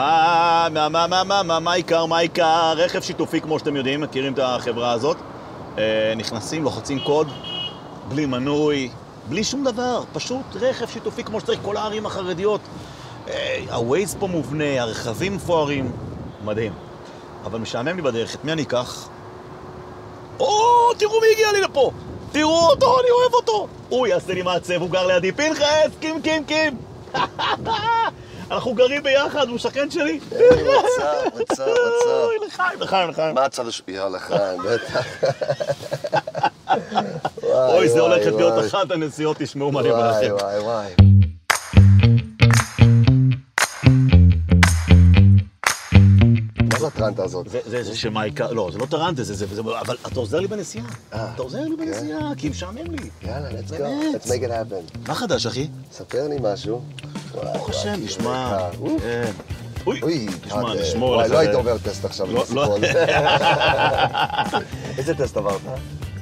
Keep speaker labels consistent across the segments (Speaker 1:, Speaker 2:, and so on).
Speaker 1: אה, מה, מה, מה, מה, מה, מה העיקר, מה העיקר? רכב שיתופי, כמו שאתם יודעים, מכירים את החברה הזאת. אה, נכנסים, לוחצים קוד, בלי מנוי, בלי שום דבר, פשוט רכב שיתופי כמו שצריך, כל הערים החרדיות. אה, ה-Waze פה מובנה, הרכבים מפוארים, מדהים. אבל משעמם לי בדרך, את מי אני אקח? או, תראו מי הגיע לי לפה! תראו אותו, אני אוהב אותו! הוא יעשה לי מעצב, הוא גר לידי. פנחס, קים, קים, קים! אנחנו גרים ביחד, הוא שכן שלי.
Speaker 2: היי, מצב, מצב, מצב.
Speaker 1: אוי, לחיים, לחיים, לחיים.
Speaker 2: מה הצד השני? יאללה, חיים, בטח.
Speaker 1: אוי, זה הולכת להיות
Speaker 2: וואי.
Speaker 1: אחת הנסיעות, תשמעו מה אני אומר
Speaker 2: וואי,
Speaker 1: לכם.
Speaker 2: וואי, וואי. מה זה הטרנטה הזאת?
Speaker 1: זה- זה זה שמייקה, לא, זה לא טרנטה, זה, זה, זה, אבל אתה עוזר לי בנסיעה.
Speaker 2: אה, כן.
Speaker 1: אתה עוזר לי בנסיעה, כי משעמם לי.
Speaker 2: יאללה, let's go,
Speaker 1: באמת.
Speaker 2: let's make it happen.
Speaker 1: מה חדש, אחי?
Speaker 2: ספר לי משהו. וואי,
Speaker 1: ברוך
Speaker 2: וואי,
Speaker 1: השם,
Speaker 2: כאילו,
Speaker 1: נשמע.
Speaker 2: אה, אוף.
Speaker 1: כן. אוי,
Speaker 2: אוי,
Speaker 1: תשמע,
Speaker 2: אה,
Speaker 1: נשמור
Speaker 2: וואי,
Speaker 1: עליך.
Speaker 2: לא היית עובר טסט עכשיו,
Speaker 1: לא,
Speaker 2: עם הסיפור
Speaker 1: לא.
Speaker 2: הזה. איזה טסט עברת?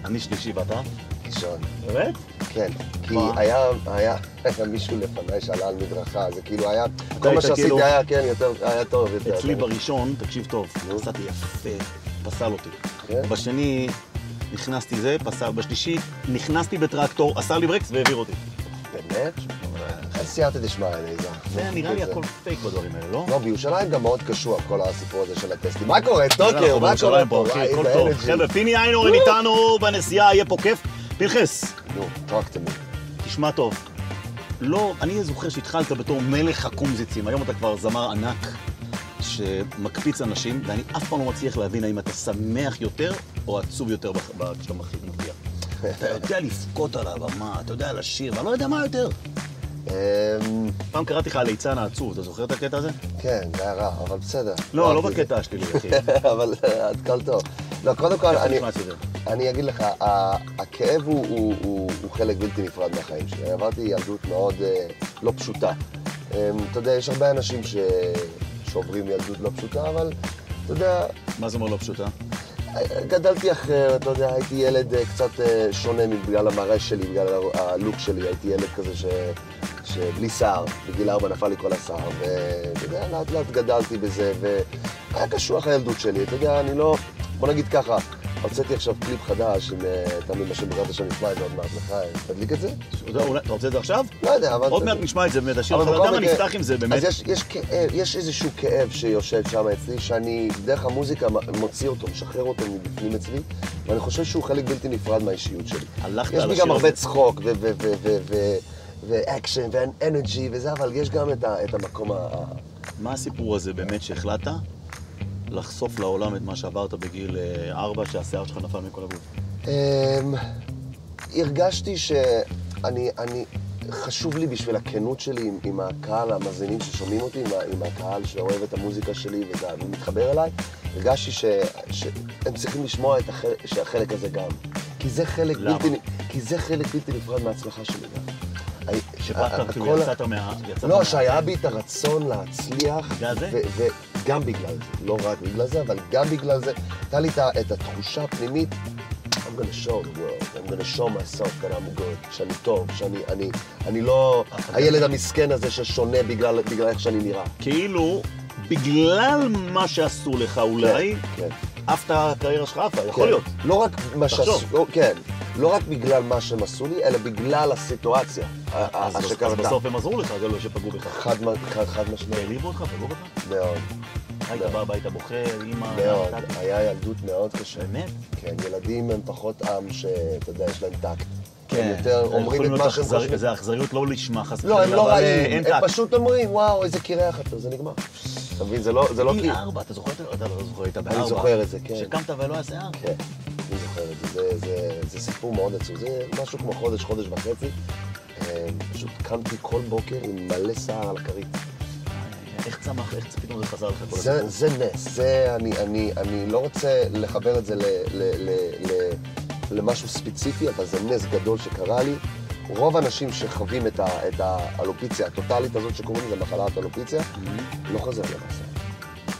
Speaker 1: אני שלישי ואתה?
Speaker 2: ראשון.
Speaker 1: באמת?
Speaker 2: כן, כי
Speaker 1: מה?
Speaker 2: היה, היה, היה מישהו לפניי שעלה על מדרכה, זה כאילו היה, כל
Speaker 1: היית
Speaker 2: מה שעשיתי
Speaker 1: כאילו-
Speaker 2: היה, כן, יותר, היה טוב, יותר.
Speaker 1: אצלי
Speaker 2: כן.
Speaker 1: בראשון, תקשיב טוב,
Speaker 2: נו.
Speaker 1: נסעתי יפה, פסל אותי.
Speaker 2: כן?
Speaker 1: בשני, נכנסתי זה, פסל. בשלישי, נכנסתי בטרקטור, עשה לי ברקס והעביר אותי.
Speaker 2: לא באמת? איך סייעתא דשמיא ליזה?
Speaker 1: זה נראה לי הכל פייק בדברים האלה, לא?
Speaker 2: לא, בירושלים גם מאוד קשוח כל הסיפור הזה של הטסטים. מה קורה, טוקיו?
Speaker 1: אנחנו
Speaker 2: אוקיי, מה קורה אה,
Speaker 1: בירושלים
Speaker 2: פה?
Speaker 1: פה, אחי,
Speaker 2: וואי,
Speaker 1: הכל
Speaker 2: איזה
Speaker 1: טוב.
Speaker 2: energy.
Speaker 1: חבר'ה, פיני איינורן איתנו בנסיעה, יהיה פה כיף. פנחס,
Speaker 2: נו, talk to me.
Speaker 1: תשמע טוב. לא, אני זוכר שהתחלת בתור מלך הקומזיצים, היום אתה כבר זמר ענק שמקפיץ אנשים, ואני אף פעם לא מצליח להבין האם אתה שמח יותר או עצוב יותר בח- ב- כשאתה מכיר מופיע. אתה יודע לבכות על הבמה, אתה יודע לשיר, ואני לא יודע מה יותר.
Speaker 2: אמ,
Speaker 1: פעם קראתי לך הליצן העצוב, אתה זוכר את הקטע הזה?
Speaker 2: כן, זה היה רע, אבל בסדר.
Speaker 1: לא, לא
Speaker 2: אהבתי את זה.
Speaker 1: בקטע השלילי, אחי.
Speaker 2: אבל אה, את קל טוב. לא, קודם כל,
Speaker 1: איך
Speaker 2: אני-
Speaker 1: נשמע שזה?
Speaker 2: אני אגיד לך, ה- הכאב הוא- הוא- הוא הוא חלק בלתי נפרד מהחיים שלי. עברתי ילדות מאוד אה, לא פשוטה. אמ, אתה יודע, יש הרבה אנשים ש- שעוברים ילדות לא פשוטה, אבל אתה יודע,
Speaker 1: מה זה אומר לא פשוטה?
Speaker 2: גדלתי אחר, אתה יודע, הייתי ילד אה, קצת אה, שונה בגלל המראה שלי, בגלל ה- הלוק שלי, הייתי ילד כזה ש... שבלי שיער, בגיל ארבע נפל לי כל השיער, ואתה יודע, לאט לאט גדלתי בזה, והיה קשוח הילדות שלי, אתה יודע, אני לא... בוא נגיד ככה, הוצאתי עכשיו קליפ חדש עם אה, תמים השם בעזרת השם נשמע את זה עוד מעט לך, אה, תדליק את זה?
Speaker 1: אתה יודע, אולי- אתה רוצה את זה עכשיו?
Speaker 2: לא יודע, אבל...
Speaker 1: עוד מעט נשמע את זה, באמת, השיר
Speaker 2: אבל
Speaker 1: שלך, אתה
Speaker 2: בכל
Speaker 1: יודע מה,
Speaker 2: מקרה-
Speaker 1: נפתח עם זה, באמת.
Speaker 2: אז יש, יש כאב, יש איזשהו כאב שיושב שם אצלי, שאני דרך המוזיקה מ- מוציא אותו, משחרר אותו מבפנים אצלי, ואני חושב שהוא חלק בלתי נפרד מהאישיות שלי.
Speaker 1: הלכת
Speaker 2: יש
Speaker 1: על
Speaker 2: בי
Speaker 1: השיר
Speaker 2: גם הרבה
Speaker 1: הזה.
Speaker 2: צחוק, ו- ו- ו- ו- ו- ואקשן, ואנרג'י וזה, אבל יש גם את, ה- את המקום ה... ה-
Speaker 1: מה הסיפור הזה באמת שהחלטת לחשוף לעולם את מה שעברת בגיל אה, ארבע, שהשיער שלך נפל מכל הגוף?
Speaker 2: אה, אמ, הרגשתי שאני, אני, חשוב לי בשביל הכנות שלי עם, עם הקהל, המאזינים ששומעים אותי, עם, ה- עם הקהל שאוהב את המוזיקה שלי וזה, והוא מתחבר אליי, הרגשתי ש, שהם צריכים לשמוע את החלק, שהחלק הזה גם. כי זה חלק
Speaker 1: למה?
Speaker 2: בלתי, נ- כי זה חלק בלתי נפרד מההצלחה שלי גם. ה- ה-
Speaker 1: שבאת, כאילו
Speaker 2: הכל-
Speaker 1: יצאת מה... יצאת
Speaker 2: לא,
Speaker 1: מה-
Speaker 2: שהיה בי את הרצון להצליח.
Speaker 1: בגלל זה?
Speaker 2: ו- וגם בגלל זה, לא רק בגלל זה, אבל גם בגלל זה. הייתה לי את ה- את התחושה הפנימית, I'm gonna show the world, I'm gonna show myself that I'm good, שאני טוב, שאני אני, אני לא הילד המסכן הזה ששונה בגלל, בגלל איך שאני נראה.
Speaker 1: כאילו, בגלל מה שעשו לך אולי,
Speaker 2: כן.
Speaker 1: עפת הקריירה שלך עפה,
Speaker 2: כן.
Speaker 1: לא, יכול להיות.
Speaker 2: לא רק מה
Speaker 1: תחשוב.
Speaker 2: שעשו, לא, כן. לא רק בגלל מה שהם עשו לי, אלא בגלל הסיטואציה ה- ה-
Speaker 1: אז אז
Speaker 2: שקרתה.
Speaker 1: בסוף הם עזרו לך, זה לא שפגעו בך.
Speaker 2: חד מ- חד- חד משמעית.
Speaker 1: העליבו אותך, פגעו בך?
Speaker 2: מאוד,
Speaker 1: היית בא הביתה בוכה, אימא...
Speaker 2: לא. מאוד.
Speaker 1: אתה-
Speaker 2: היה ילדות מאוד קשה.
Speaker 1: באמת?
Speaker 2: כן, ילדים הם פחות עם שאתה יודע, יש להם טקט. הם יותר
Speaker 1: כן, הם יכולים
Speaker 2: אומרים את
Speaker 1: להיות
Speaker 2: מה שהם
Speaker 1: אכזרי-
Speaker 2: חושבים.
Speaker 1: זה אכזריות לא לשמה, חס
Speaker 2: לא, הם
Speaker 1: וחלילה,
Speaker 2: לא
Speaker 1: אבל, אה,
Speaker 2: רעים,
Speaker 1: אין
Speaker 2: הם
Speaker 1: טקט.
Speaker 2: פשוט אומרים, וואו, איזה קירח אתה, זה נגמר. אתה מבין, זה לא זה לא
Speaker 1: גיל
Speaker 2: כי...
Speaker 1: ארבע, אתה זוכר את זה? אתה לא זוכר, היית בארבע.
Speaker 2: אני זוכר את זה, כן.
Speaker 1: שקמת ולא היה שיער?
Speaker 2: כן, אני זוכר את זה, זה- זה- זה סיפור מאוד עצוב, זה משהו כמו חודש, חודש וחצי. אה, פשוט קמתי כל בוקר עם מלא שיער על הכרית.
Speaker 1: איך צמח, איך פתאום זה חזר לך כל
Speaker 2: זה,
Speaker 1: הזמן?
Speaker 2: זה נס, זה, אני, אני, אני לא רוצה לחבר את זה ל, ל, ל, ל, למשהו ספציפי, אבל זה נס גדול שקרה לי. רוב האנשים שחווים את, ה, את האלופיציה הטוטאלית הזאת שקוראים לזה מחלת אלופיציה,
Speaker 1: Mm-hmm.
Speaker 2: לא חוזר למעשה.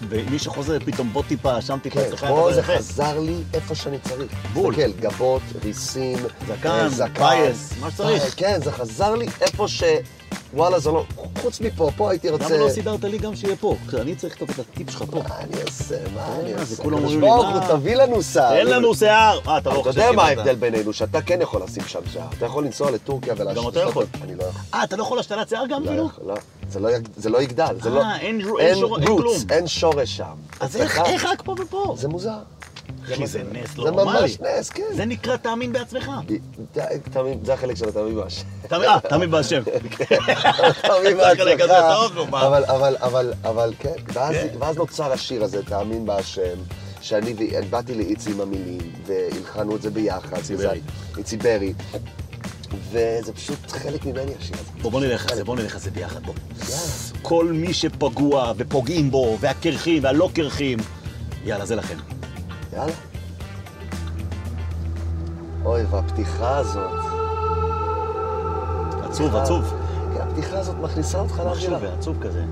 Speaker 1: ומי שחוזר פתאום בוא טיפה, שם טיפה,
Speaker 2: כן,
Speaker 1: אצלך
Speaker 2: פה
Speaker 1: אתה
Speaker 2: זה
Speaker 1: יפה.
Speaker 2: חזר לי איפה שאני צריך.
Speaker 1: בול.
Speaker 2: תסתכל, גבות, ריסים,
Speaker 1: זקן,
Speaker 2: אה, זקן,
Speaker 1: פייס, מה שצריך.
Speaker 2: אה, כן, זה חזר לי איפה ש... וואלה, זה לא... חוץ מפה, פה הייתי רוצה...
Speaker 1: למה לא סידרת לי גם שיהיה פה? אני צריך את הטיפ שלך פה.
Speaker 2: מה אני אעשה? מה אני
Speaker 1: אה, זה
Speaker 2: אעשה?
Speaker 1: כולם אומרים לי,
Speaker 2: ברוך
Speaker 1: מה?
Speaker 2: הוא, תביא לנו שיער.
Speaker 1: אין לנו שיער! אה, אתה לא
Speaker 2: אתה
Speaker 1: חושב
Speaker 2: יודע מה
Speaker 1: שקיבלת.
Speaker 2: ההבדל בינינו? שאתה כן יכול לשים שם שיער. אתה יכול לנסוע לטורקיה ולהשתיק...
Speaker 1: אתה יכול.
Speaker 2: אני לא יכול.
Speaker 1: אה, אתה לא יכול להשתלת שיער גם
Speaker 2: לא
Speaker 1: כאילו?
Speaker 2: יכול, לא. זה לא יג- זה לא יגדל. זה
Speaker 1: אה,
Speaker 2: לא...
Speaker 1: אין רו- אין שור- אין
Speaker 2: roots,
Speaker 1: כלום.
Speaker 2: אין שורש שם.
Speaker 1: אז איך-
Speaker 2: אצלך-
Speaker 1: איך רק פה ופה?
Speaker 2: זה מוזר.
Speaker 1: אחי,
Speaker 2: מוזר.
Speaker 1: זה נס
Speaker 2: זה
Speaker 1: לא נורמלי.
Speaker 2: ממש נס, כן.
Speaker 1: זה נקרא תאמין בעצמך.
Speaker 2: די, תמים- זה החלק של התמים באשם.
Speaker 1: תאמין- אה, תאמין בהשם.
Speaker 2: תאמין
Speaker 1: זה החלק
Speaker 2: בעצמך.
Speaker 1: הזה טוב, נו, מה?
Speaker 2: אבל, אבל, אבל, אבל כן. ואז-
Speaker 1: כן.
Speaker 2: ואז נוצר השיר הזה, תאמין בהשם, שאני ו- באתי לאיצי עם המילים, והלחנו את זה ביחד.
Speaker 1: איצי
Speaker 2: וזה-
Speaker 1: ברי.
Speaker 2: איצי ברי. וזה פשוט חלק ממני השיר הזה.
Speaker 1: בוא, בוא נלך על זה, בוא נלך על זה ביחד, בוא.
Speaker 2: יאללה.
Speaker 1: כל מי שפגוע ופוגעים בו, והקרחים והלא קרחים, יאללה, זה לכם.
Speaker 2: יאללה. אוי, והפתיחה הזאת.
Speaker 1: עצוב, עצוב.
Speaker 2: כן, הפתיחה הזאת מכניסה אותך
Speaker 1: עצוב
Speaker 2: לאווירה.
Speaker 1: ועצוב כזה.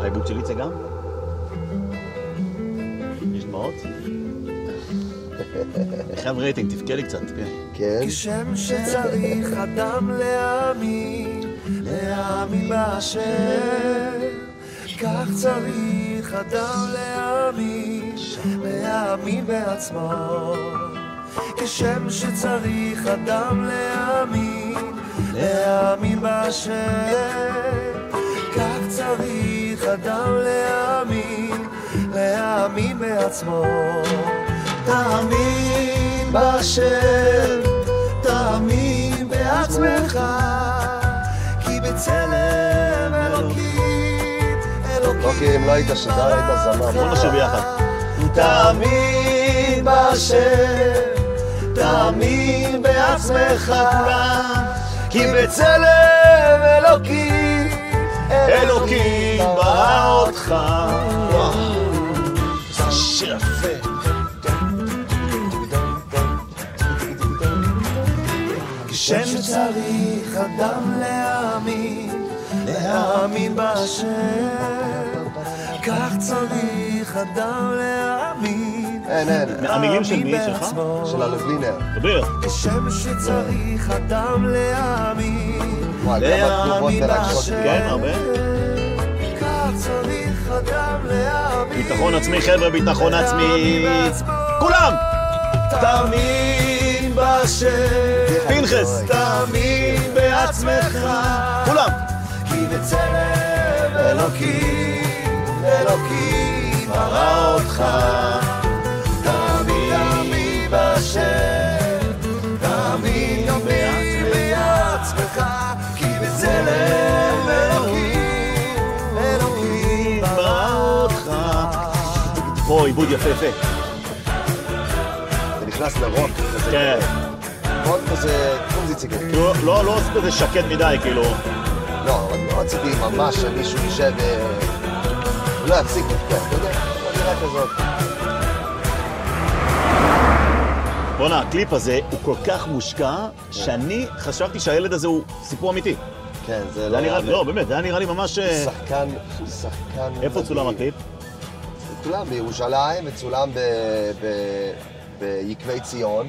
Speaker 1: העיבוד של איצה גם? יש דמעות? אני חייב רייטינג, תבכה לי קצת. כן.
Speaker 2: כן.
Speaker 3: כשם שצריך אדם להאמין, להאמין באשר. כך צריך אדם להאמין, להאמין בעצמו. כשם שצריך אדם להאמין, להאמין באשר. כך צריך אדם להאמין, כן להאמין בעצמו. תאמין בשם, תאמין בעצמך, כי בצלם אלוקים, אלוקים
Speaker 2: אוקיי, אם לא היית שדר, היית זמר.
Speaker 1: בוא נשב ביחד.
Speaker 3: תאמין בשם, תאמין בעצמך כולם, כי בצלם אלוקים,
Speaker 1: אלוקים ברא אותך. וואו, איזה שיר יפה.
Speaker 3: כשם שצריך אדם להאמין, להאמין באשר, כך צריך אדם להאמין,
Speaker 2: אין, אין. אה,
Speaker 1: המילים של מי? שלך?
Speaker 3: בעצמו.
Speaker 2: של הלוינר.
Speaker 1: דבר.
Speaker 3: כשם שצריך אדם להאמין,
Speaker 2: וואי, כמה תגובות
Speaker 3: להאמין
Speaker 2: מרגשות.
Speaker 3: באשר.
Speaker 1: כן, הרבה.
Speaker 3: כך צריך אדם להאמין.
Speaker 1: ביטחון עצמי, חבר'ה, ביטחון עצמי. כולם!
Speaker 3: תאמין בשם,
Speaker 1: פנחס.
Speaker 3: תאמין בעצמך,
Speaker 1: כולם!
Speaker 3: כי בצלם אלוקים, אלוקים ברא אותך. תאמין בשם, תאמין גם בעצמך, כי בצלם אלוקים, אלוקים ברא אותך.
Speaker 1: פה עיבוד יפה יפה.
Speaker 2: זה נכנס לרוק. כזה.
Speaker 1: אה. כן.
Speaker 2: מאוד כזה, כלום זה כן, ציגר.
Speaker 1: לא, לא, לא עשית את זה שקט מדי, כאילו.
Speaker 2: לא, אבל לא רציתי ממש שמישהו יישב... אה, לא יפסיק לבכות, אתה יודע? אווירה כזאת.
Speaker 1: בואנה, הקליפ הזה הוא כל כך מושקע, שאני חשבתי שהילד הזה הוא סיפור אמיתי.
Speaker 2: כן, זה
Speaker 1: זה
Speaker 2: לא...
Speaker 1: היה נראה,
Speaker 2: יאמן.
Speaker 1: לא, באמת, זה היה נראה לי ממש... אה,
Speaker 2: שחקן, שחקן...
Speaker 1: איפה צולם
Speaker 2: מדהים.
Speaker 1: הקליפ?
Speaker 2: צולם בירושלים וצולם ב... ב... ביקבי ציון.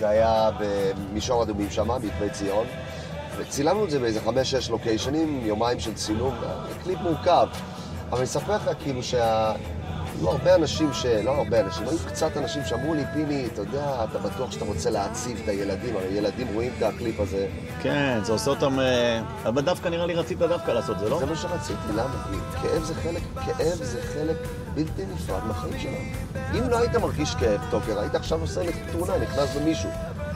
Speaker 2: זה היה במישור אדומים שם, ביקבי ציון. וצילמנו את זה באיזה חמש-שש לוקיישנים, יומיים של צילום, קליפ מורכב. אבל אני אספר לך כאילו שה... היו הרבה אנשים ש... לא הרבה אנשים, היו קצת אנשים שאמרו לי, פיני, אתה יודע, אתה בטוח שאתה רוצה להציב את הילדים, הרי ילדים רואים את הקליפ הזה.
Speaker 1: כן, זה עושה אותם... אה, אבל דווקא נראה לי רצית דווקא לעשות זה, לא?
Speaker 2: זה מה שרציתי, למה? כאב זה חלק, כאב זה חלק בלתי נפרד מהחיים שלנו. אם לא היית מרגיש כאב, טוקר, היית עכשיו עושה לך תאונה, נכנס למישהו.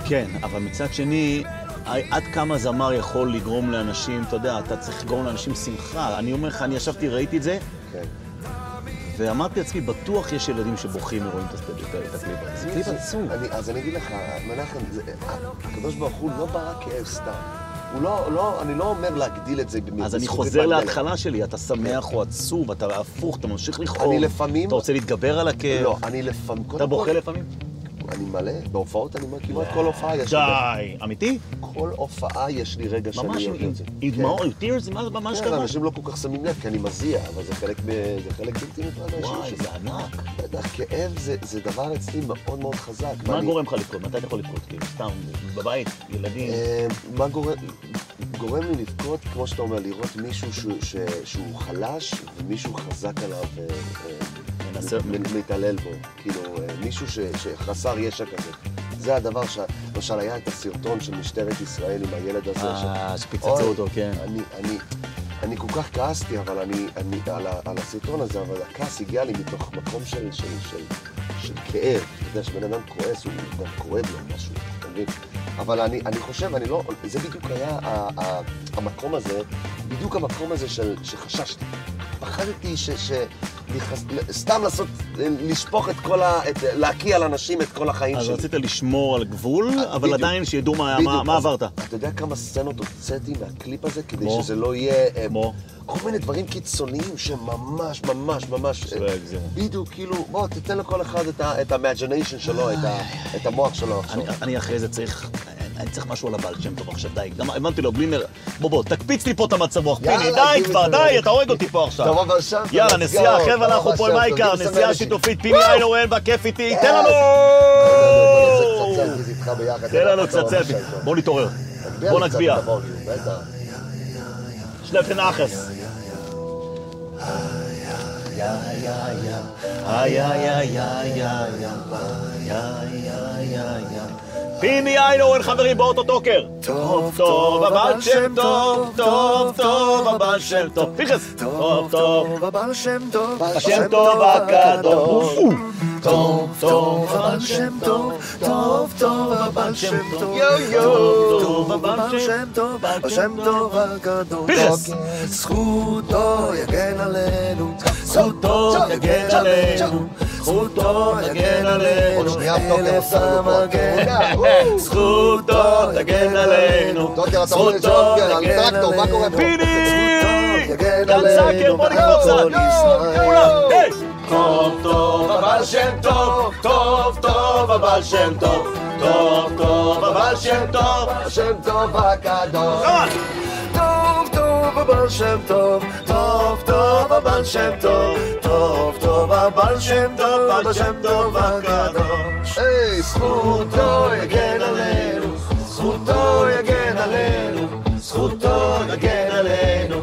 Speaker 1: כן, אבל מצד שני, אה, עד כמה זמר יכול לגרום לאנשים, אתה יודע, אתה צריך לגרום לאנשים שמחה. אני אומר לך, אני ישבתי, ראיתי את זה,
Speaker 2: כן.
Speaker 1: ואמרתי לעצמי, בטוח יש ילדים שבוכים ורואים את הסטדיו, את הקליפ הזה. זה קליפ עצום.
Speaker 2: אני- אז אני אגיד לך, מנחם, זה- הקדוש ברוך הוא לא ברא כאב סתם. הוא לא, לא, אני לא אומר להגדיל את זה במ-
Speaker 1: אז אני
Speaker 2: בזכוכית
Speaker 1: חוזר
Speaker 2: מגדלת.
Speaker 1: להתחלה שלי, אתה שמח או עצוב, אתה הפוך, אתה ממשיך לכאוב.
Speaker 2: אני לפעמים-
Speaker 1: אתה רוצה להתגבר על הכאב.
Speaker 2: לא, אני לפעמים...
Speaker 1: אתה
Speaker 2: קודם
Speaker 1: בוכה
Speaker 2: כל-
Speaker 1: לפעמים?
Speaker 2: אני מלא, בהופעות אני אומר, כמעט כל הופעה אה, יש לי...
Speaker 1: די, אמיתי?
Speaker 2: כל הופעה יש לי רגע שאני
Speaker 1: ממש עם-
Speaker 2: אוהב
Speaker 1: עם
Speaker 2: את זה.
Speaker 1: עם
Speaker 2: כן.
Speaker 1: דמעות, עם טירס, מה- מה
Speaker 2: כן,
Speaker 1: שקרה?
Speaker 2: אנשים לא כל כך שמים לב, כי אני מזיע, אבל זה חלק מ- זה חלק בלתי נפרד מהשיר
Speaker 1: וואי,
Speaker 2: שזה.
Speaker 1: זה ענק.
Speaker 2: בטח, כאב זה- זה דבר אצלי מאוד מאוד חזק.
Speaker 1: מה
Speaker 2: ואני-
Speaker 1: גורם לך לבכות? מתי אתה יכול לבכות? כאילו, סתם, בבית, ילדים.
Speaker 2: אה, מה גורם, גורם לי לבכות, כמו שאתה אומר, לראות מישהו שהוא, ש, שהוא חלש ומישהו חזק עליו אה, אה,
Speaker 1: מנסה-
Speaker 2: מ- מתעלל בו. כאילו, אה, מישהו ש, שחסר ישע כזה. זה הדבר ש... למשל, היה את הסרטון של משטרת ישראל עם הילד הזה.
Speaker 1: אה,
Speaker 2: ש-
Speaker 1: שפיצצו
Speaker 2: אוי,
Speaker 1: אותו, כן.
Speaker 2: אני, אני, אני כל כך כעסתי אבל אני, אני, על, ה, על הסרטון הזה, אבל הכעס הגיע לי מתוך מקום של, של, של, של כאב. אתה יודע, כשבן אדם כועס, הוא גם כואב לו משהו, אתה מבין? אבל אני, אני חושב, אני לא... זה בדיוק היה ה, ה, המקום הזה, בדיוק המקום הזה של, שחששתי. פחדתי ש... ש נכנס, סתם לעשות, לשפוך את כל ה... את, להקיא על אנשים את כל החיים
Speaker 1: אז
Speaker 2: שלי.
Speaker 1: רצית לשמור על גבול, אבל
Speaker 2: אה, בדיוק.
Speaker 1: עדיין שידעו מה-
Speaker 2: בדיוק,
Speaker 1: מה מה
Speaker 2: אז
Speaker 1: עברת.
Speaker 2: אתה יודע כמה סצנות הוצאתי מהקליפ הזה כדי
Speaker 1: כמו?
Speaker 2: שזה לא יהיה... אה,
Speaker 1: כמו?
Speaker 2: כל מיני דברים קיצוניים שממש ממש ממש...
Speaker 1: שלא
Speaker 2: אה,
Speaker 1: יגזימו.
Speaker 2: בדיוק, כאילו, בוא, תיתן לכל אחד את ה- את ה-imagination שלו, את ה- את המוח שלו עכשיו.
Speaker 1: אני- אני אחרי זה צריך, אני- אני צריך משהו על הבעל שם טוב עכשיו, די. גם הבנתי לו, בלי נר... בוא, בוא, תקפיץ לי פה את המצב רוח.
Speaker 2: יאללה,
Speaker 1: פיני, די
Speaker 2: גיל
Speaker 1: כבר,
Speaker 2: מצוין.
Speaker 1: די, אתה הורג אותי פה עכשיו.
Speaker 2: תבוא ועכשיו,
Speaker 1: יאללה,
Speaker 2: let's
Speaker 1: נסיעה,
Speaker 2: go,
Speaker 1: חבר'ה,
Speaker 2: תבוא
Speaker 1: אנחנו פה עם
Speaker 2: ועכשיו,
Speaker 1: העיקר,
Speaker 2: תרגיל
Speaker 1: נסיעה
Speaker 2: סמי
Speaker 1: שיתופית, פיני איינורוול והכיף איתי, תן לנו!
Speaker 2: לא, בוא נעשה קצת צלגיז איתך ביחד.
Speaker 1: תן לנו
Speaker 2: תבוא
Speaker 1: קצת צלפי.
Speaker 2: ועכשיו,
Speaker 1: בואו נתעורר.
Speaker 2: תגביה
Speaker 1: בואו
Speaker 2: לי קצת
Speaker 1: נגביה.
Speaker 2: את הווליום, בטח.
Speaker 1: שלפן אחס. פיני איינורן חברים באוטו טוקר. טוב טוב הבעל שם טוב טוב טוב הבעל שם טוב. פיכס. טוב טוב
Speaker 3: הבעל שם טוב,
Speaker 1: השם טוב הקדוש. טוב טוב
Speaker 3: הבעל
Speaker 1: הבעל
Speaker 3: שם טוב, טוב טוב הבעל
Speaker 1: שם
Speaker 3: שם
Speaker 1: טוב.
Speaker 3: טוב,
Speaker 1: יו.
Speaker 3: טוב הבעל שם טוב, השם טוב הקדוש,
Speaker 1: פירס.
Speaker 3: זכותו יגן עלינו, זכותו יגן עלינו, זכותו יגן
Speaker 2: עוד אוקיי,
Speaker 3: עלינו,
Speaker 2: שנייה טוקר
Speaker 3: אלף
Speaker 2: עושה לנו פה
Speaker 3: המגן,
Speaker 2: תאונה, וואו.
Speaker 1: זכותו תגן עלינו.
Speaker 2: טוקר, אתה רוצה
Speaker 1: זכותו
Speaker 2: לשאול על
Speaker 1: תגן
Speaker 2: טרקטור, מה קורה פה?
Speaker 1: פיני!
Speaker 3: יגן
Speaker 1: גם
Speaker 3: עלינו,
Speaker 1: זקן, בוא נקפוץ
Speaker 3: כל
Speaker 1: לה.
Speaker 3: ישראל.
Speaker 1: כולם, היי! טוב טוב הבעל שם טוב, טוב טוב הבעל שם טוב, טוב טוב הבעל שם טוב.
Speaker 2: השם טוב הקדוש.
Speaker 1: כמה?
Speaker 3: טוב טוב הבעל שם טוב, טוב טוב הבעל שם טוב, טוב טוב הבעל שם טוב, הבעל שם טוב הקדוש.
Speaker 2: היי,
Speaker 3: זכותו יגן עלינו, זכותו יגן עלינו, זכותו יגן עלינו,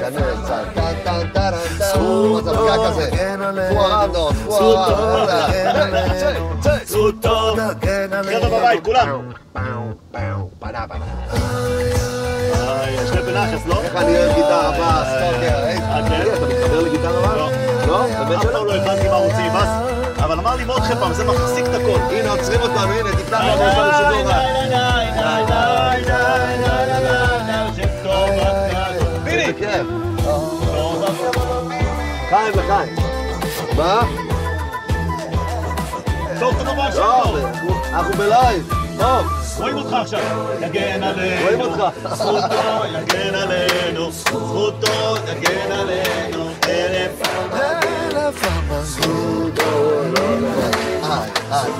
Speaker 2: כנס, טן, טן, טן, טן,
Speaker 3: זכותו
Speaker 2: מזמקה כזה.
Speaker 3: יגן עלינו.
Speaker 2: פוארדו, פוארדו.
Speaker 1: זכותו
Speaker 3: יגן עלינו.
Speaker 2: צא, צא.
Speaker 1: זכותו.
Speaker 3: יגן
Speaker 1: חבר'ה
Speaker 3: עלינו.
Speaker 1: בבית, כולם. יש לבן אחס, לא?
Speaker 2: איך אני אוהב גיטרה בס, טוקר, היי,
Speaker 1: אה, כן?
Speaker 2: תגיד, אתה מתחבר לגיטרה
Speaker 1: לא.
Speaker 2: בס? לא? באמת
Speaker 1: אף
Speaker 2: שלא?
Speaker 1: פעם לא הבנתי מה רוצים, אז... אבל אמר לי מודחה פעם, זה מחזיק את הכל.
Speaker 2: הנה, עוצרים אותנו, הנה, תפתח לנו
Speaker 1: די,
Speaker 2: אותנו
Speaker 1: די,
Speaker 2: שידור רע.
Speaker 1: די, די, די, די, די, די, די, די, שם טוב, רק-
Speaker 2: איזה
Speaker 1: פיני!
Speaker 2: כיף. חיים לחיים. מה?
Speaker 1: טוב, טוב, הבעל שם
Speaker 2: טוב,
Speaker 1: טוב.
Speaker 2: אנחנו בלייב. טוב,
Speaker 1: רואים אותך עכשיו. יגן עלינו.
Speaker 2: רואים אותך.
Speaker 1: זכותו יגן עלינו. זכותו יגן עלינו. אלף...
Speaker 3: אלף המזלות
Speaker 2: היי, היי.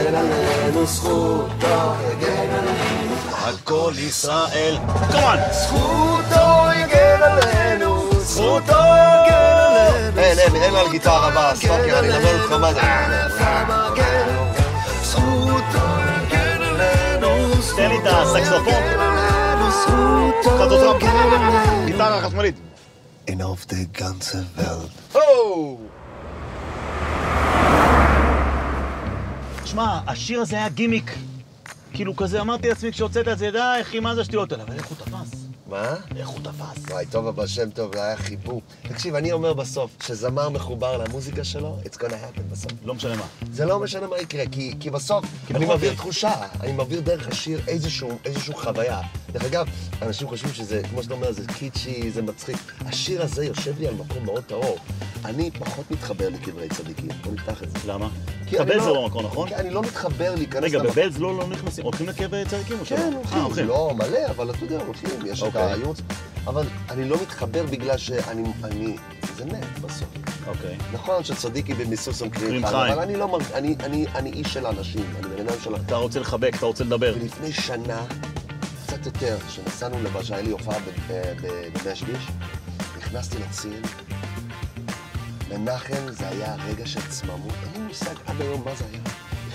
Speaker 3: יגן עלינו, זכותו יגן עלינו,
Speaker 1: על כל ישראל. כמובן.
Speaker 3: זכותו יגן עלינו, זכותו יגן עלינו.
Speaker 2: אין, אין, אין על גיטרה בס, טוקר, אני מדבר איתך מה זה.
Speaker 1: תן לי את הסקסופון. סקסופון. גיטרה חשמלית.
Speaker 3: In auf der ganzen Welt.
Speaker 2: או!
Speaker 1: שמע, השיר הזה היה גימיק. כאילו כזה, אמרתי לעצמי כשהוצאת את זה, די, אחי, מה זה השטויות האלה? אבל איך הוא תפס?
Speaker 2: מה?
Speaker 1: איך הוא תפס?
Speaker 2: וואי, טוב, אבל שם טוב, זה היה חיבור. תקשיב, אני אומר בסוף, כשזמר מחובר למוזיקה שלו, it's gonna happen בסוף.
Speaker 1: לא משנה מה.
Speaker 2: זה לא משנה מה יקרה, כי, כי בסוף
Speaker 1: כי
Speaker 2: אני
Speaker 1: בכל
Speaker 2: מעביר
Speaker 1: זאת-
Speaker 2: תחושה, אני מעביר דרך השיר איזשהו, איזשהו חוויה. דרך אגב, אנשים חושבים שזה, כמו שאתה אומר, זה קיצ'י, זה מצחיק. השיר הזה יושב לי על מקום מאוד טהור. אני פחות מתחבר לקברי צדיקים, בוא נפתח את זה.
Speaker 1: למה?
Speaker 2: כי אני
Speaker 1: בבלז זה לא מקום, נכון?
Speaker 2: כי אני לא מתחבר להיכנס
Speaker 1: רגע,
Speaker 2: למקום.
Speaker 1: בבלז לא לא נכנסים, הולכים לקבר צדיקים או שלא?
Speaker 2: כן,
Speaker 1: אה,
Speaker 2: הולכים. לא מלא, אבל אתה יודע, הולכים, יש את
Speaker 1: אוקיי.
Speaker 2: הייעוץ. אבל אני לא מתחבר בגלל שאני... אני, זה מת בסוף.
Speaker 1: אוקיי.
Speaker 2: נכון שצדיקים במיסוס הם קריאים
Speaker 1: קריאים
Speaker 2: חיים,
Speaker 1: חיים.
Speaker 2: אבל אני לא מרג... אני, אני, אני איש של אנשים, אני בן אדם של...
Speaker 1: אתה רוצה לחבק, אתה רוצה לדבר.
Speaker 2: ולפני שנה, קצת יותר, כשנסענו לבז'ה, היה לי הופעה ב- ב- ב- במשביש, נכנסתי לציר, לנחם זה היה רגע של צממות, אין לי מושג עד היום מה זה היה.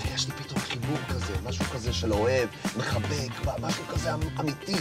Speaker 2: הרגשתי פתאום חיבור כזה, משהו כזה של אוהב, מחבק, מה- משהו כזה אמ- אמיתי.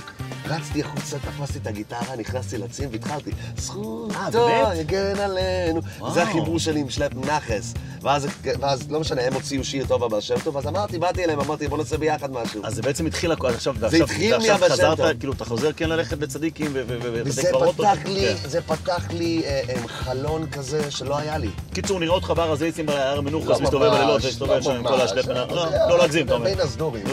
Speaker 2: רצתי החוצה, תפסתי את הגיטרה, נכנסתי לצים והתחלתי, זכותו
Speaker 1: אה, באמת?
Speaker 2: יגן עלינו.
Speaker 1: וואו.
Speaker 2: זה החיבור שלי עם שלפ נחס. ואז, ואז, לא משנה, הם הוציאו שיר טוב הבא שם טוב, אז אמרתי, באתי אליהם, אמרתי, בוא נעשה ביחד משהו.
Speaker 1: אז זה בעצם התחיל הכל, עכשיו, ועכשיו,
Speaker 2: התחיל
Speaker 1: ועכשיו
Speaker 2: מאבא
Speaker 1: חזרת,
Speaker 2: שם טוב.
Speaker 1: כאילו, אתה חוזר כן ללכת לצדיקים ו- ו- ו- ובתי
Speaker 2: וזה
Speaker 1: קברות.
Speaker 2: פתח
Speaker 1: או-
Speaker 2: לי,
Speaker 1: כן.
Speaker 2: זה פתח לי אה, אה, חלון כזה שלא היה לי.
Speaker 1: קיצור, נראה אותך בהר הזיצים, בהר
Speaker 2: לא
Speaker 1: מנוחס, מסתובב
Speaker 2: ממש,
Speaker 1: בלילות,
Speaker 2: לא
Speaker 1: מסתובב שם עם כל
Speaker 2: ממש. לא,
Speaker 1: השלפן.
Speaker 2: אתה
Speaker 1: לא,
Speaker 2: יודע,
Speaker 1: לא להגזים, אתה אומר.
Speaker 2: בין הסדורים.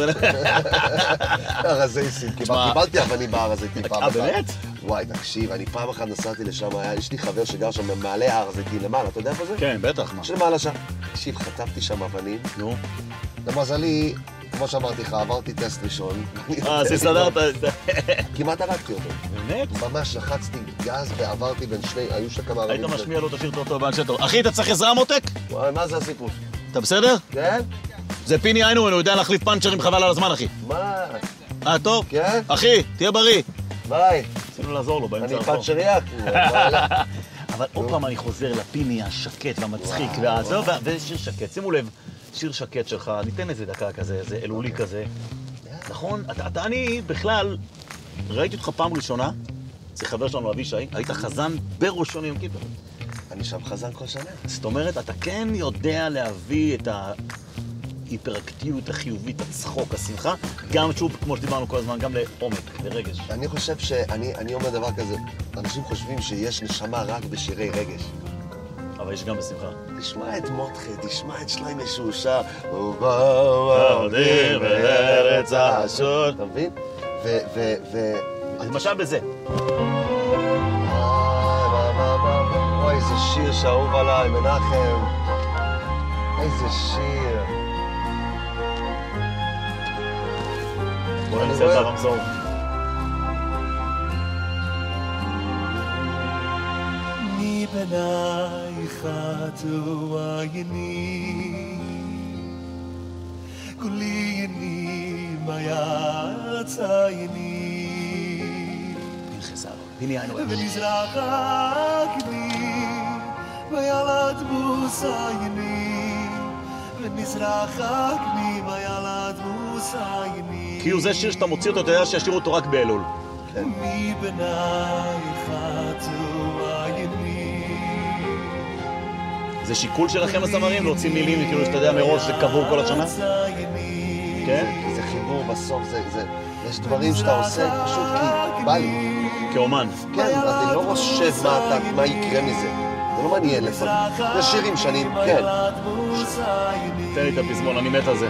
Speaker 2: הרזייסים,
Speaker 1: תשמע.
Speaker 2: אה, קיבלתי אבנים בהר הזיתים פעם
Speaker 1: אה,
Speaker 2: אחת.
Speaker 1: באמת?
Speaker 2: וואי, תקשיב, אני פעם אחת נסעתי לשם, היה- יש לי חבר שגר שם במעלה הר הזיתים למעלה, אתה יודע איפה זה?
Speaker 1: כן, בטח, מה.
Speaker 2: יש למעלה שם. תקשיב, חטפתי שם אבנים.
Speaker 1: נו.
Speaker 2: למזלי, כמו שאמרתי לך, עברתי טסט ראשון.
Speaker 1: אה,
Speaker 2: כן.
Speaker 1: אז הסתדרת.
Speaker 2: כמעט הרגתי אותו.
Speaker 1: באמת?
Speaker 2: ממש לחצתי גז ועברתי בין שני, היו שם כמה
Speaker 1: היית
Speaker 2: ערבים.
Speaker 1: משמיע לו את השיר טוב טוב באנשי טוב. אחי, אתה צריך עזרה מותק?
Speaker 2: וואי, מה זה הסיפור?
Speaker 1: אתה בסדר?
Speaker 2: כן?
Speaker 1: זה פיני איינהורן, הוא יודע להחליף פאנצ'רים חבל על הזמן, אחי.
Speaker 2: מה?
Speaker 1: אה, טוב?
Speaker 2: כן?
Speaker 1: אחי, תהיה בריא.
Speaker 2: ביי.
Speaker 1: רצינו לעזור לו באמצע נכון.
Speaker 2: אני
Speaker 1: הרחוב.
Speaker 2: פאנצ'ריאק.
Speaker 1: אבל עוד פעם אני חוזר לפיני השקט והמצחיק, והזהו, וה- ושיר שקט. שימו לב, שיר שקט שלך, ניתן איזה דקה כזה, איזה אלולי
Speaker 2: אוקיי.
Speaker 1: כזה. נכון? אתה, אתה, אני בכלל, ראיתי אותך פעם ראשונה, אצל חבר שלנו, אבישי, היית חזן בראשון יום כיפר.
Speaker 2: אני שם חזן כל שנה.
Speaker 1: זאת אומרת, אתה כן יודע להביא את ההיפראקטיביות החיובית, הצחוק, השמחה, גם שוב, כמו שדיברנו כל הזמן, גם לעומק, לרגש.
Speaker 2: אני חושב שאני אני אומר דבר כזה, אנשים חושבים שיש נשמה רק בשירי רגש.
Speaker 1: אבל יש גם בשמחה.
Speaker 2: תשמע את מותחה, תשמע את שליים ישושה, ובאו
Speaker 1: עבדים אל ארץ האשור.
Speaker 2: אתה מבין? ו... ו... ו...
Speaker 1: אז למשל בזה.
Speaker 2: אוי, איזה שיר שאהוב עליי, מנחם. איזה שיר.
Speaker 1: בוא
Speaker 2: אני
Speaker 1: ננסה את
Speaker 2: רואה.
Speaker 1: הרמזור.
Speaker 3: מפנייך תועייני, כולי עיני מייצא עיני,
Speaker 1: פיני חזר, פיני איינורן.
Speaker 3: ונזרח הגני, וילד מוסא עיני, ונזרח הגני, וילד מוסא עיני.
Speaker 1: כאילו זה שיר שאתה מוציא אותו, אתה יודע שישירו אותו רק באלול.
Speaker 3: מפנייך תועייני.
Speaker 1: זה שיקול שלכם הזמרים להוציא מילים, כאילו שאתה יודע מראש זה קבור כל השנה? כן?
Speaker 2: זה חיבור בסוף, זה, זה, יש דברים שאתה עושה פשוט כי בא לי.
Speaker 1: כאומן.
Speaker 2: כן, אני לא חושב מה, אתה, מה יקרה מזה. זה לא מעניין לפעמים. יש שירים שאני, כן.
Speaker 1: תן לי את הפזמון, אני מת על זה.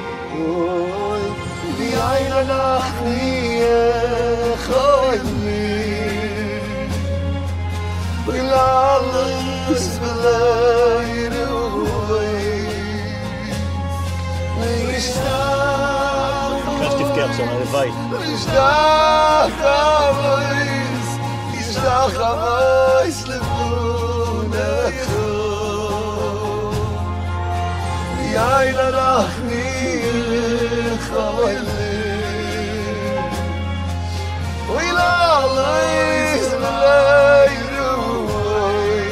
Speaker 3: מאין אנחנו נהיה חיים? בגלל הסבלי רוחי. וישתחו
Speaker 1: ממש תבכה עכשיו, הלוואי.
Speaker 3: ישתח אבויס, ישתח אבויס לבונכו. יין הלך נירך אוהלים. וילה לייס ולי רואי.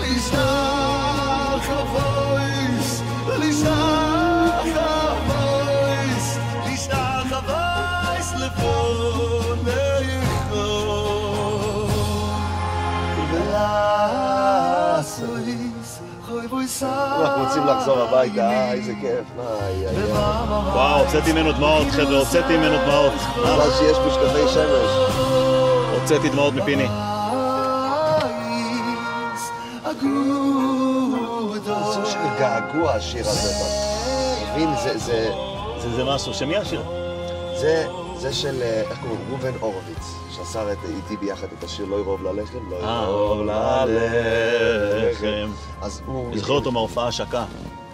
Speaker 3: לישנך אבויס, לישנך אבויס, לישנך אבויס לפונךו. ולעשויס, חוי בויסה
Speaker 2: אנחנו רוצים לחזור הביתה, אה, איזה כיף, מה, איי, איי, איי.
Speaker 1: וואו, הוצאתי ממנו דמעות, חבר'ה, הוצאתי ממנו דמעות.
Speaker 2: אבל שיש משקפי שמש.
Speaker 1: הוצאתי דמעות מפיני.
Speaker 2: זה סוג של געגוע השיר הזה. אתה מבין, זה, זה,
Speaker 1: זה זה משהו, שמי השיר?
Speaker 2: זה, זה של, אה, איך קוראים? ראובן הורוביץ, שעשה את- איתי ביחד את השיר "לא ירוב ללחם", "לא
Speaker 1: אה,
Speaker 2: ירוב ללחם". אז הוא...
Speaker 1: אוקיי. אני זוכר אותו מההופעה השקה.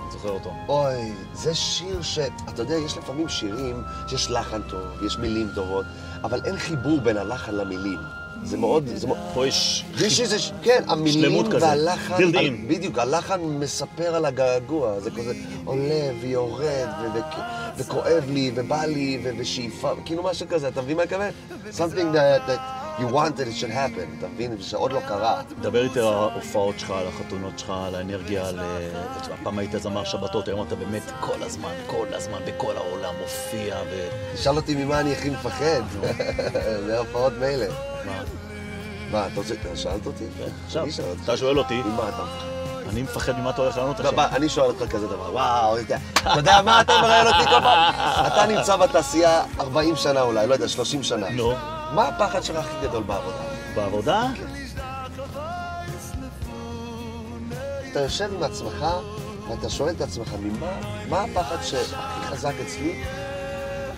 Speaker 1: אני זוכר אותו.
Speaker 2: אוי, זה שיר ש... אתה יודע, יש לפעמים שירים שיש לחן טוב, יש מילים טובות, אבל אין חיבור בין הלחן למילים. זה מאוד, זה מאוד...
Speaker 1: פה יש...
Speaker 2: יש איזה, ש- כן, המילים
Speaker 1: שלמות כזה.
Speaker 2: והלחן,
Speaker 1: דילדים.
Speaker 2: על- בדיוק, הלחן מספר על הגעגוע, זה כזה עולה ויורד ו- ו- וכואב לי ובא לי ו- ושאיפה, כאילו משהו כזה, אתה מבין מה אני מתכוון? something that, that you wanted it should happen, אתה מבין? שעוד לא קרה.
Speaker 1: דבר איתי על ההופעות שלך, על החתונות שלך, על האנרגיה, על... אה, תשמע, פעם היית זמר שבתות, היום אתה באמת כל הזמן, כל הזמן, בכל העולם מופיע ו...
Speaker 2: תשאל אותי ממה אני הכי מפחד, זה הופעות מילא.
Speaker 1: מה?
Speaker 2: מה, אתה רוצה, אתה שאלת אותי?
Speaker 1: כן, עכשיו,
Speaker 2: אני שאלתי.
Speaker 1: אתה שואל אותי,
Speaker 2: ממה אתה מפחד?
Speaker 1: אני מפחד ממה אתה הולך לענות
Speaker 2: אתה
Speaker 1: עכשיו.
Speaker 2: בא, אני שואל אותך כזה דבר, וואו, אתה יודע- אתה יודע מה אתה מראיין אותי כל פעם? אתה נמצא בתעשייה 40 שנה אולי, לא יודע, 30 שנה.
Speaker 1: נו.
Speaker 2: מה הפחד שלך הכי גדול בעבודה?
Speaker 1: בעבודה?
Speaker 2: אתה יושב עם עצמך, ואתה שואל את עצמך, ממה, מה הפחד שהכי חזק אצלי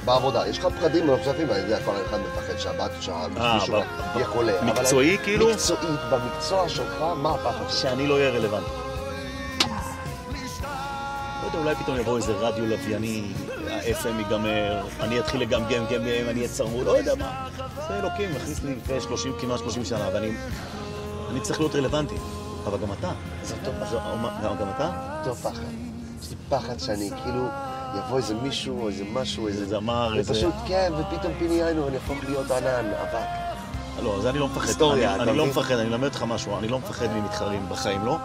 Speaker 2: בעבודה? יש לך פחדים נוספים, אני יודע, כל אחד מפחד שהבת, שמישהו
Speaker 1: ב-
Speaker 2: יהיה חולה. אבל
Speaker 1: אה, מקצועי, כאילו?
Speaker 2: מקצועית, במקצוע שלך, מה הפחד שלך?
Speaker 1: שאני לא אהיה רלוונטי. לא יודע, אולי פתאום יבוא איזה רדיו לווייני, ה-FM ייגמר, אני אתחיל לגמגם גמגם, אני אהיה צרמוד, לא יודע מה. זה אלוקים, הכניס לי לפני 30, כמעט 30 שנה, ואני אני צריך להיות רלוונטי. אבל גם אתה. זה טוב. אז מה, גם- גם אתה?
Speaker 2: אותו פחד. יש לי פחד שאני כאילו, יבוא איזה מישהו, או איזה משהו, איזה...
Speaker 1: זמר, איזה-
Speaker 2: ופשוט, כן, ופתאום פיני יענו, אני יכול להיות ענן, אבק.
Speaker 1: לא, זה אני לא מפחד.
Speaker 2: היסטוריה,
Speaker 1: אני-
Speaker 2: אתה
Speaker 1: אני לא
Speaker 2: מבין?
Speaker 1: מפחד, אני אלמד אותך משהו, אני לא מפחד ממתחרים בחיים, לא?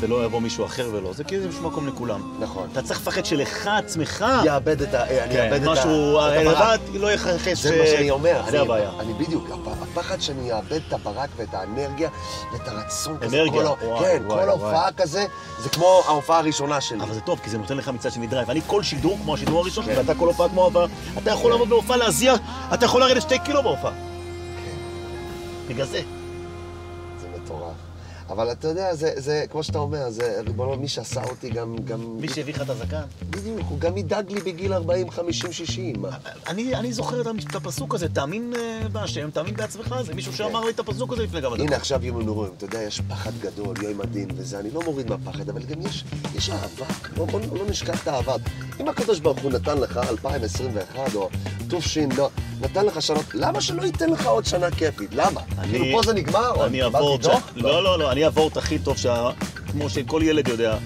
Speaker 1: ולא יבוא מישהו אחר ולא. זה כאילו יש מקום לכולם.
Speaker 2: נכון.
Speaker 1: אתה צריך לפחד שלך, עצמך,
Speaker 2: יאבד את ה... אה, אני
Speaker 1: כן,
Speaker 2: אאבד את ה...
Speaker 1: משהו
Speaker 2: את הברק.
Speaker 1: הרלוונטי, לא יחכה ש...
Speaker 2: זה מה שאני אומר.
Speaker 1: זה
Speaker 2: אני-
Speaker 1: הבעיה.
Speaker 2: אני בדיוק, הפ- הפחד שאני אאבד את הברק ואת האנרגיה ואת הרצון כזה.
Speaker 1: אנרגיה,
Speaker 2: כל ה-
Speaker 1: וואי,
Speaker 2: כן,
Speaker 1: וואי,
Speaker 2: כל ההופעה
Speaker 1: וואי.
Speaker 2: כזה, זה כמו ההופעה הראשונה שלי.
Speaker 1: אבל זה טוב, כי זה נותן לך מצד שני דרייב. אני כל שידור כמו השידור הראשון,
Speaker 2: כן.
Speaker 1: ואתה כל הופעה כמו הבאה. אתה יכול לעמוד בהופעה להזיע, אתה יכול לרדת שתי קילו בהופעה. כן. בגלל זה.
Speaker 2: זה מטורף. אבל אתה יודע, זה, זה כמו שאתה אומר, זה, ריבונו, של עולם, מי שעשה אותי גם, גם,
Speaker 1: מי שהביא לך את הזקן.
Speaker 2: בדיוק, הוא גם ידאג לי בגיל 40, 50, 60. מה?
Speaker 1: אני אני זוכר את המש- את הפסוק הזה, תאמין אה, בהשם, תאמין בעצמך. זה מישהו שאמר לי את הפסוק הזה לפני כמה דקות.
Speaker 2: הנה עכשיו יום הנורים, אתה יודע, יש פחד גדול, יום הדין וזה, אני לא מוריד מהפחד, אבל גם יש, יש אהבה, בוא, בוא, לא נשכח את האהבה. אם הקדוש ברוך הוא נתן לך 2021 או תש, לא, נתן לך שנות, למה שלא ייתן לך עוד שנה כיפית? למה?
Speaker 1: אני-
Speaker 2: כאילו פה זה נגמר? או
Speaker 1: אני
Speaker 2: קיבלתי
Speaker 1: הוורט,
Speaker 2: דוח?
Speaker 1: ש- לא, לא, לא, אני הוורט הכי טוב, שה- כמו שכל ילד יודע,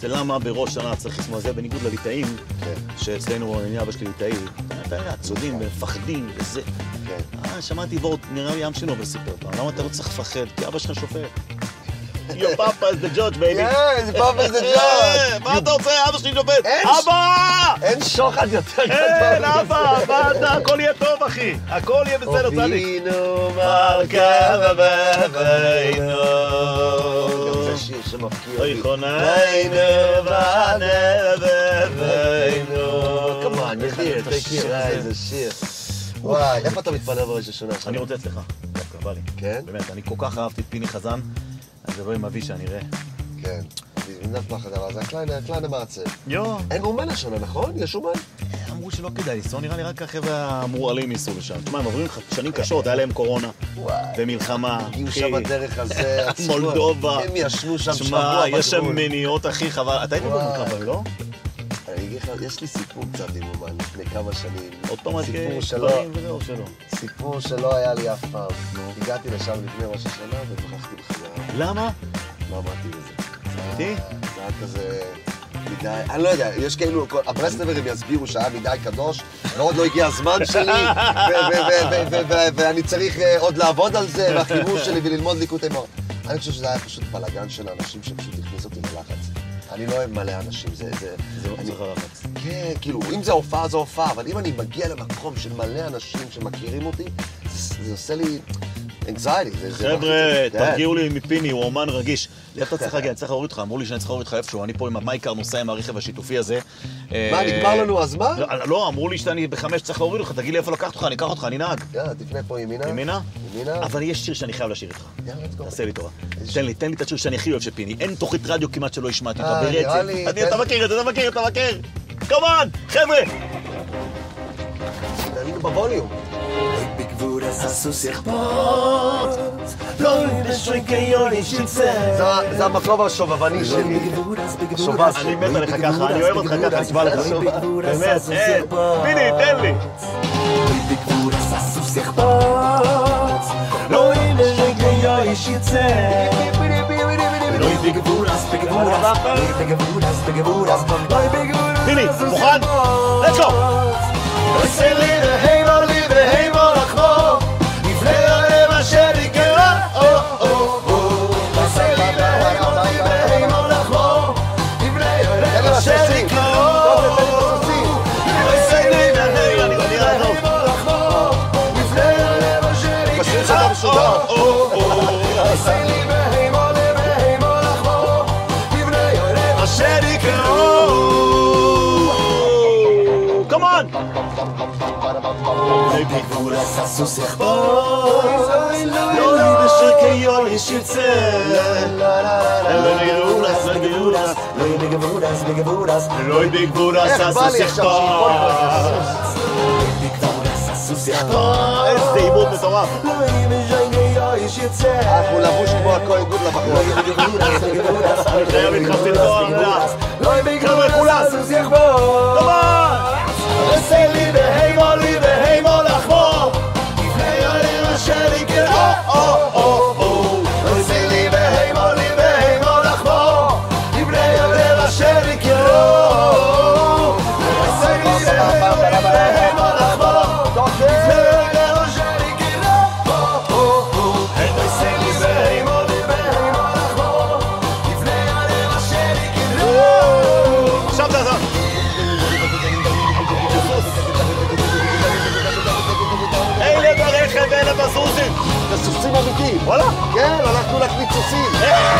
Speaker 1: זה למה בראש שנה צריך לשמוע זה, בניגוד לליטאים,
Speaker 2: כן.
Speaker 1: שאצלנו, אני אבא שלי ליטאי, אתה יודע, עצודים ומפחדים וזה.
Speaker 2: כן.
Speaker 1: אה, שמעתי וורט, נראה לי עם שנובל סיפר פעם, למה אתה לא צריך לפחד? כי אבא שלך שופט. Your papa is the judge, baby.
Speaker 2: כן, זה פעם איזה ג'אנט.
Speaker 1: אה, מה אתה רוצה? אבא שלי שופט.
Speaker 2: אין ש-
Speaker 1: אבא!
Speaker 2: אין שוחד יותר
Speaker 1: אין,
Speaker 2: גדול.
Speaker 1: אבא! מה אתה? הכל יהיה טוב, אחי. הכל יהיה בסדר,
Speaker 2: אוקיי.
Speaker 1: צדיק.
Speaker 2: אבינו מלכה
Speaker 1: מלכה בבינו.
Speaker 2: גם זה שיר שמפקיע
Speaker 1: אוי
Speaker 2: אותי.
Speaker 1: חונה. בבינו.
Speaker 2: כמובן, יחי,
Speaker 1: את השיר
Speaker 2: תקרא
Speaker 1: הזה.
Speaker 2: איזה שיר. וואי, איפה אתה מתפלל בראש השנה שלך?
Speaker 1: אני רוצה אצלך. דווקא בא לי.
Speaker 2: כן?
Speaker 1: באמת, אני כל כך אהבתי את פיני חזן, אז אבוא עם אבישע, נראה.
Speaker 2: כן. נמנת פחד, אבל זה הקליינה, הקליינה מעצב.
Speaker 1: יואו.
Speaker 2: אין אומן השנה, נכון? יש
Speaker 1: אוקיי.
Speaker 2: אומן?
Speaker 1: אמרו שלא כדאי לנסוע, נראה לי רק החבר'ה המורעלים ייסעו לשם. תשמע, הם עוברים ח- שנים קשות, היה להם קורונה.
Speaker 2: וואי.
Speaker 1: ומלחמה,
Speaker 2: הגיעו
Speaker 1: אחי.
Speaker 2: שם בדרך הזה, עצמו.
Speaker 1: מולדובה.
Speaker 2: הם ישנו שם
Speaker 1: שמע,
Speaker 2: שבוע
Speaker 1: יש שם
Speaker 2: בגבול.
Speaker 1: מניות, אחי, חבל. אתה היית
Speaker 2: וואי.
Speaker 1: במלחמה, לא?
Speaker 2: אני אגיד לך, יש לי סיפור קצת עם אומן לפני כמה שנים.
Speaker 1: עוד פעם אוקיי. את
Speaker 2: סיפור שלא,
Speaker 1: כדברים וזה, או שלא?
Speaker 2: סיפור שלא היה לי אף פעם. הגעתי לשם לפני ראש השנה וברחתי בחזרה.
Speaker 1: למה?
Speaker 2: לא אמרתי לזה.
Speaker 1: אמיתי?
Speaker 2: זה היה כזה... מדי, אני לא יודע, יש כאילו, כל- הברסלברים יסבירו שהיה מדי קדוש, ועוד לא הגיע הזמן שלי, ו- ו- ו- ו- ו- ו- ואני צריך אה, עוד לעבוד על זה, והחיבור שלי וללמוד ליקוטי מור. אני חושב שזה היה פשוט בלאגן של אנשים שפשוט הכניסו אותי ללחץ. אני לא אוהב מלא אנשים, זה... זה,
Speaker 1: זה לא
Speaker 2: אני-
Speaker 1: זוכר לחץ.
Speaker 2: כן, כאילו, אם זה הופעה, זו הופעה, אבל אם אני מגיע למקום של מלא אנשים שמכירים אותי, זה, זה עושה לי anxiety. זה- זה
Speaker 1: חבר'ה,
Speaker 2: מלחיץ. כן.
Speaker 1: תרגיעו לי מפיני, הוא אומן רגיש. לאיפה אתה צריך להגיע? אני צריך להוריד אותך, אמרו לי שאני צריך להוריד אותך איפשהו, אני פה עם המייקר נוסע עם הרכב השיתופי הזה.
Speaker 2: מה,
Speaker 1: אה,
Speaker 2: נגמר לנו הזמן?
Speaker 1: לא, לא, אמרו לי שאני בחמש צריך להוריד אותך, תגיד לי איפה לקחת אותך, אני אקח אותך, אני נהג.
Speaker 2: יאללה, תפנה פה ימינה.
Speaker 1: ימינה?
Speaker 2: ימינה.
Speaker 1: אבל יש שיר שאני חייב לשיר איתך.
Speaker 2: יאללה, let's go.
Speaker 1: תעשה לי טובה. תן לי, תן לי את השיר שאני הכי אוהב של פיני. אין תוכנית רדיו כמעט שלא השמעתי אותה
Speaker 2: אה,
Speaker 1: ברצף.
Speaker 2: נראה לי-
Speaker 1: אני- אתה מכיר את זה, אתה מכיר, אתה מכיר. כמובן, חבר'ה.
Speaker 2: תעלו בווליום.
Speaker 3: בגבול הססוס יחפוט, לא נדשוי כיוני שיצא.
Speaker 2: זה- זה המקום השובבני שלי. השובב
Speaker 1: אני
Speaker 2: שלי.
Speaker 1: מת עליך ככה, אני אוהב אותך ככה, נשבע לך. באמת, אה. אין. פיני, תן לי.
Speaker 3: בגבול הססוס יחפוץ, לא
Speaker 1: יצא.
Speaker 3: Noi biguras, biguras, noi biguras, biguras, noi biguras.
Speaker 1: פיני, מוכן? Let's go.
Speaker 3: Noi se lire heima, lire heima lachmo. Nifle arem asher ikera, oh, oh, oh. Noi se lire heima, lire heima lachmo. Nifle arem asher ikera, oh, oh, oh. Noi se lire heima, lire heima lachmo. Nifle arem asher
Speaker 2: פשוט
Speaker 3: ikera,
Speaker 2: שאתה מסודר.
Speaker 3: oh, oh, oh. Noi se lire heima, lire heima lachmo. Nifle arem asher ikera,
Speaker 1: Come on!
Speaker 3: Noi biguras עשו סכפור, לא לי בשקיון איש יוצא. אלוהי בגבורס, אלוהי בגבורס, אלוהי בגבורס, בגבורס.
Speaker 1: אלוהי בגבורס
Speaker 2: איך בא
Speaker 1: עשו
Speaker 2: לי עכשיו
Speaker 1: סכתור.
Speaker 3: אלוהי בגבורס עשו סכפור.
Speaker 1: איזה עיבוד מטורף.
Speaker 3: אלוהי בשקיון איש יוצא.
Speaker 2: הוא לבוש כמו הכהן גוד לבחור.
Speaker 3: אלוהי בגבורס, אלוהי בגבורס,
Speaker 1: חייב
Speaker 3: אלוהי
Speaker 1: להתחסן
Speaker 3: בגבורס,
Speaker 1: תואר,
Speaker 3: בגבורס. אלוהי
Speaker 1: חבר'ה, כולם.
Speaker 3: בגבורס עשו סכפור.
Speaker 1: Come on!
Speaker 3: עושה לי בהימו לי בהימו לחמו לפני עולם אשר יקרא או או או עושה לי בהימו לי בהימו לחמו לפני עולם אשר יקרא עושה לי בהימו לי בהימו לחמו לפני עולם אשר יקרא או או או עושה לי בהימו לי בהימו לחמו לפני עולם אשר יקרא
Speaker 1: עכשיו זה עזר. אלה ברכב, אלה בסוסים.
Speaker 2: זה סוסים אמיתיים.
Speaker 1: וואלה.
Speaker 2: כן, הלכנו להקליט סוסים. אה!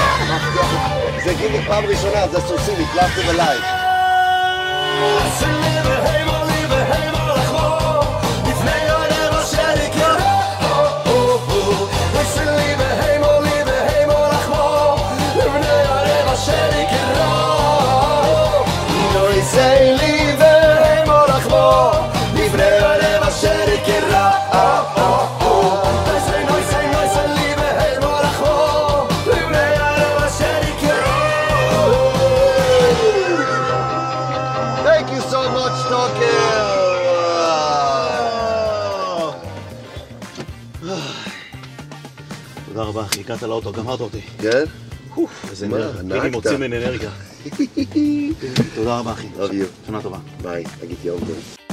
Speaker 2: זה כאילו פעם ראשונה, זה סוסים, הקלטתם עליי. אה, Thank you so much, Stoker!
Speaker 1: תודה רבה, אחי, הגעת לאוטו, גמרת אותי.
Speaker 2: כן?
Speaker 1: איזה
Speaker 2: מה,
Speaker 1: אנרגיה.
Speaker 2: נהגת.
Speaker 1: פיני מוציא מן אנרגיה. תודה רבה, אחי.
Speaker 2: Love you.
Speaker 1: שנה טובה.
Speaker 2: ביי, תגיד יום טוב.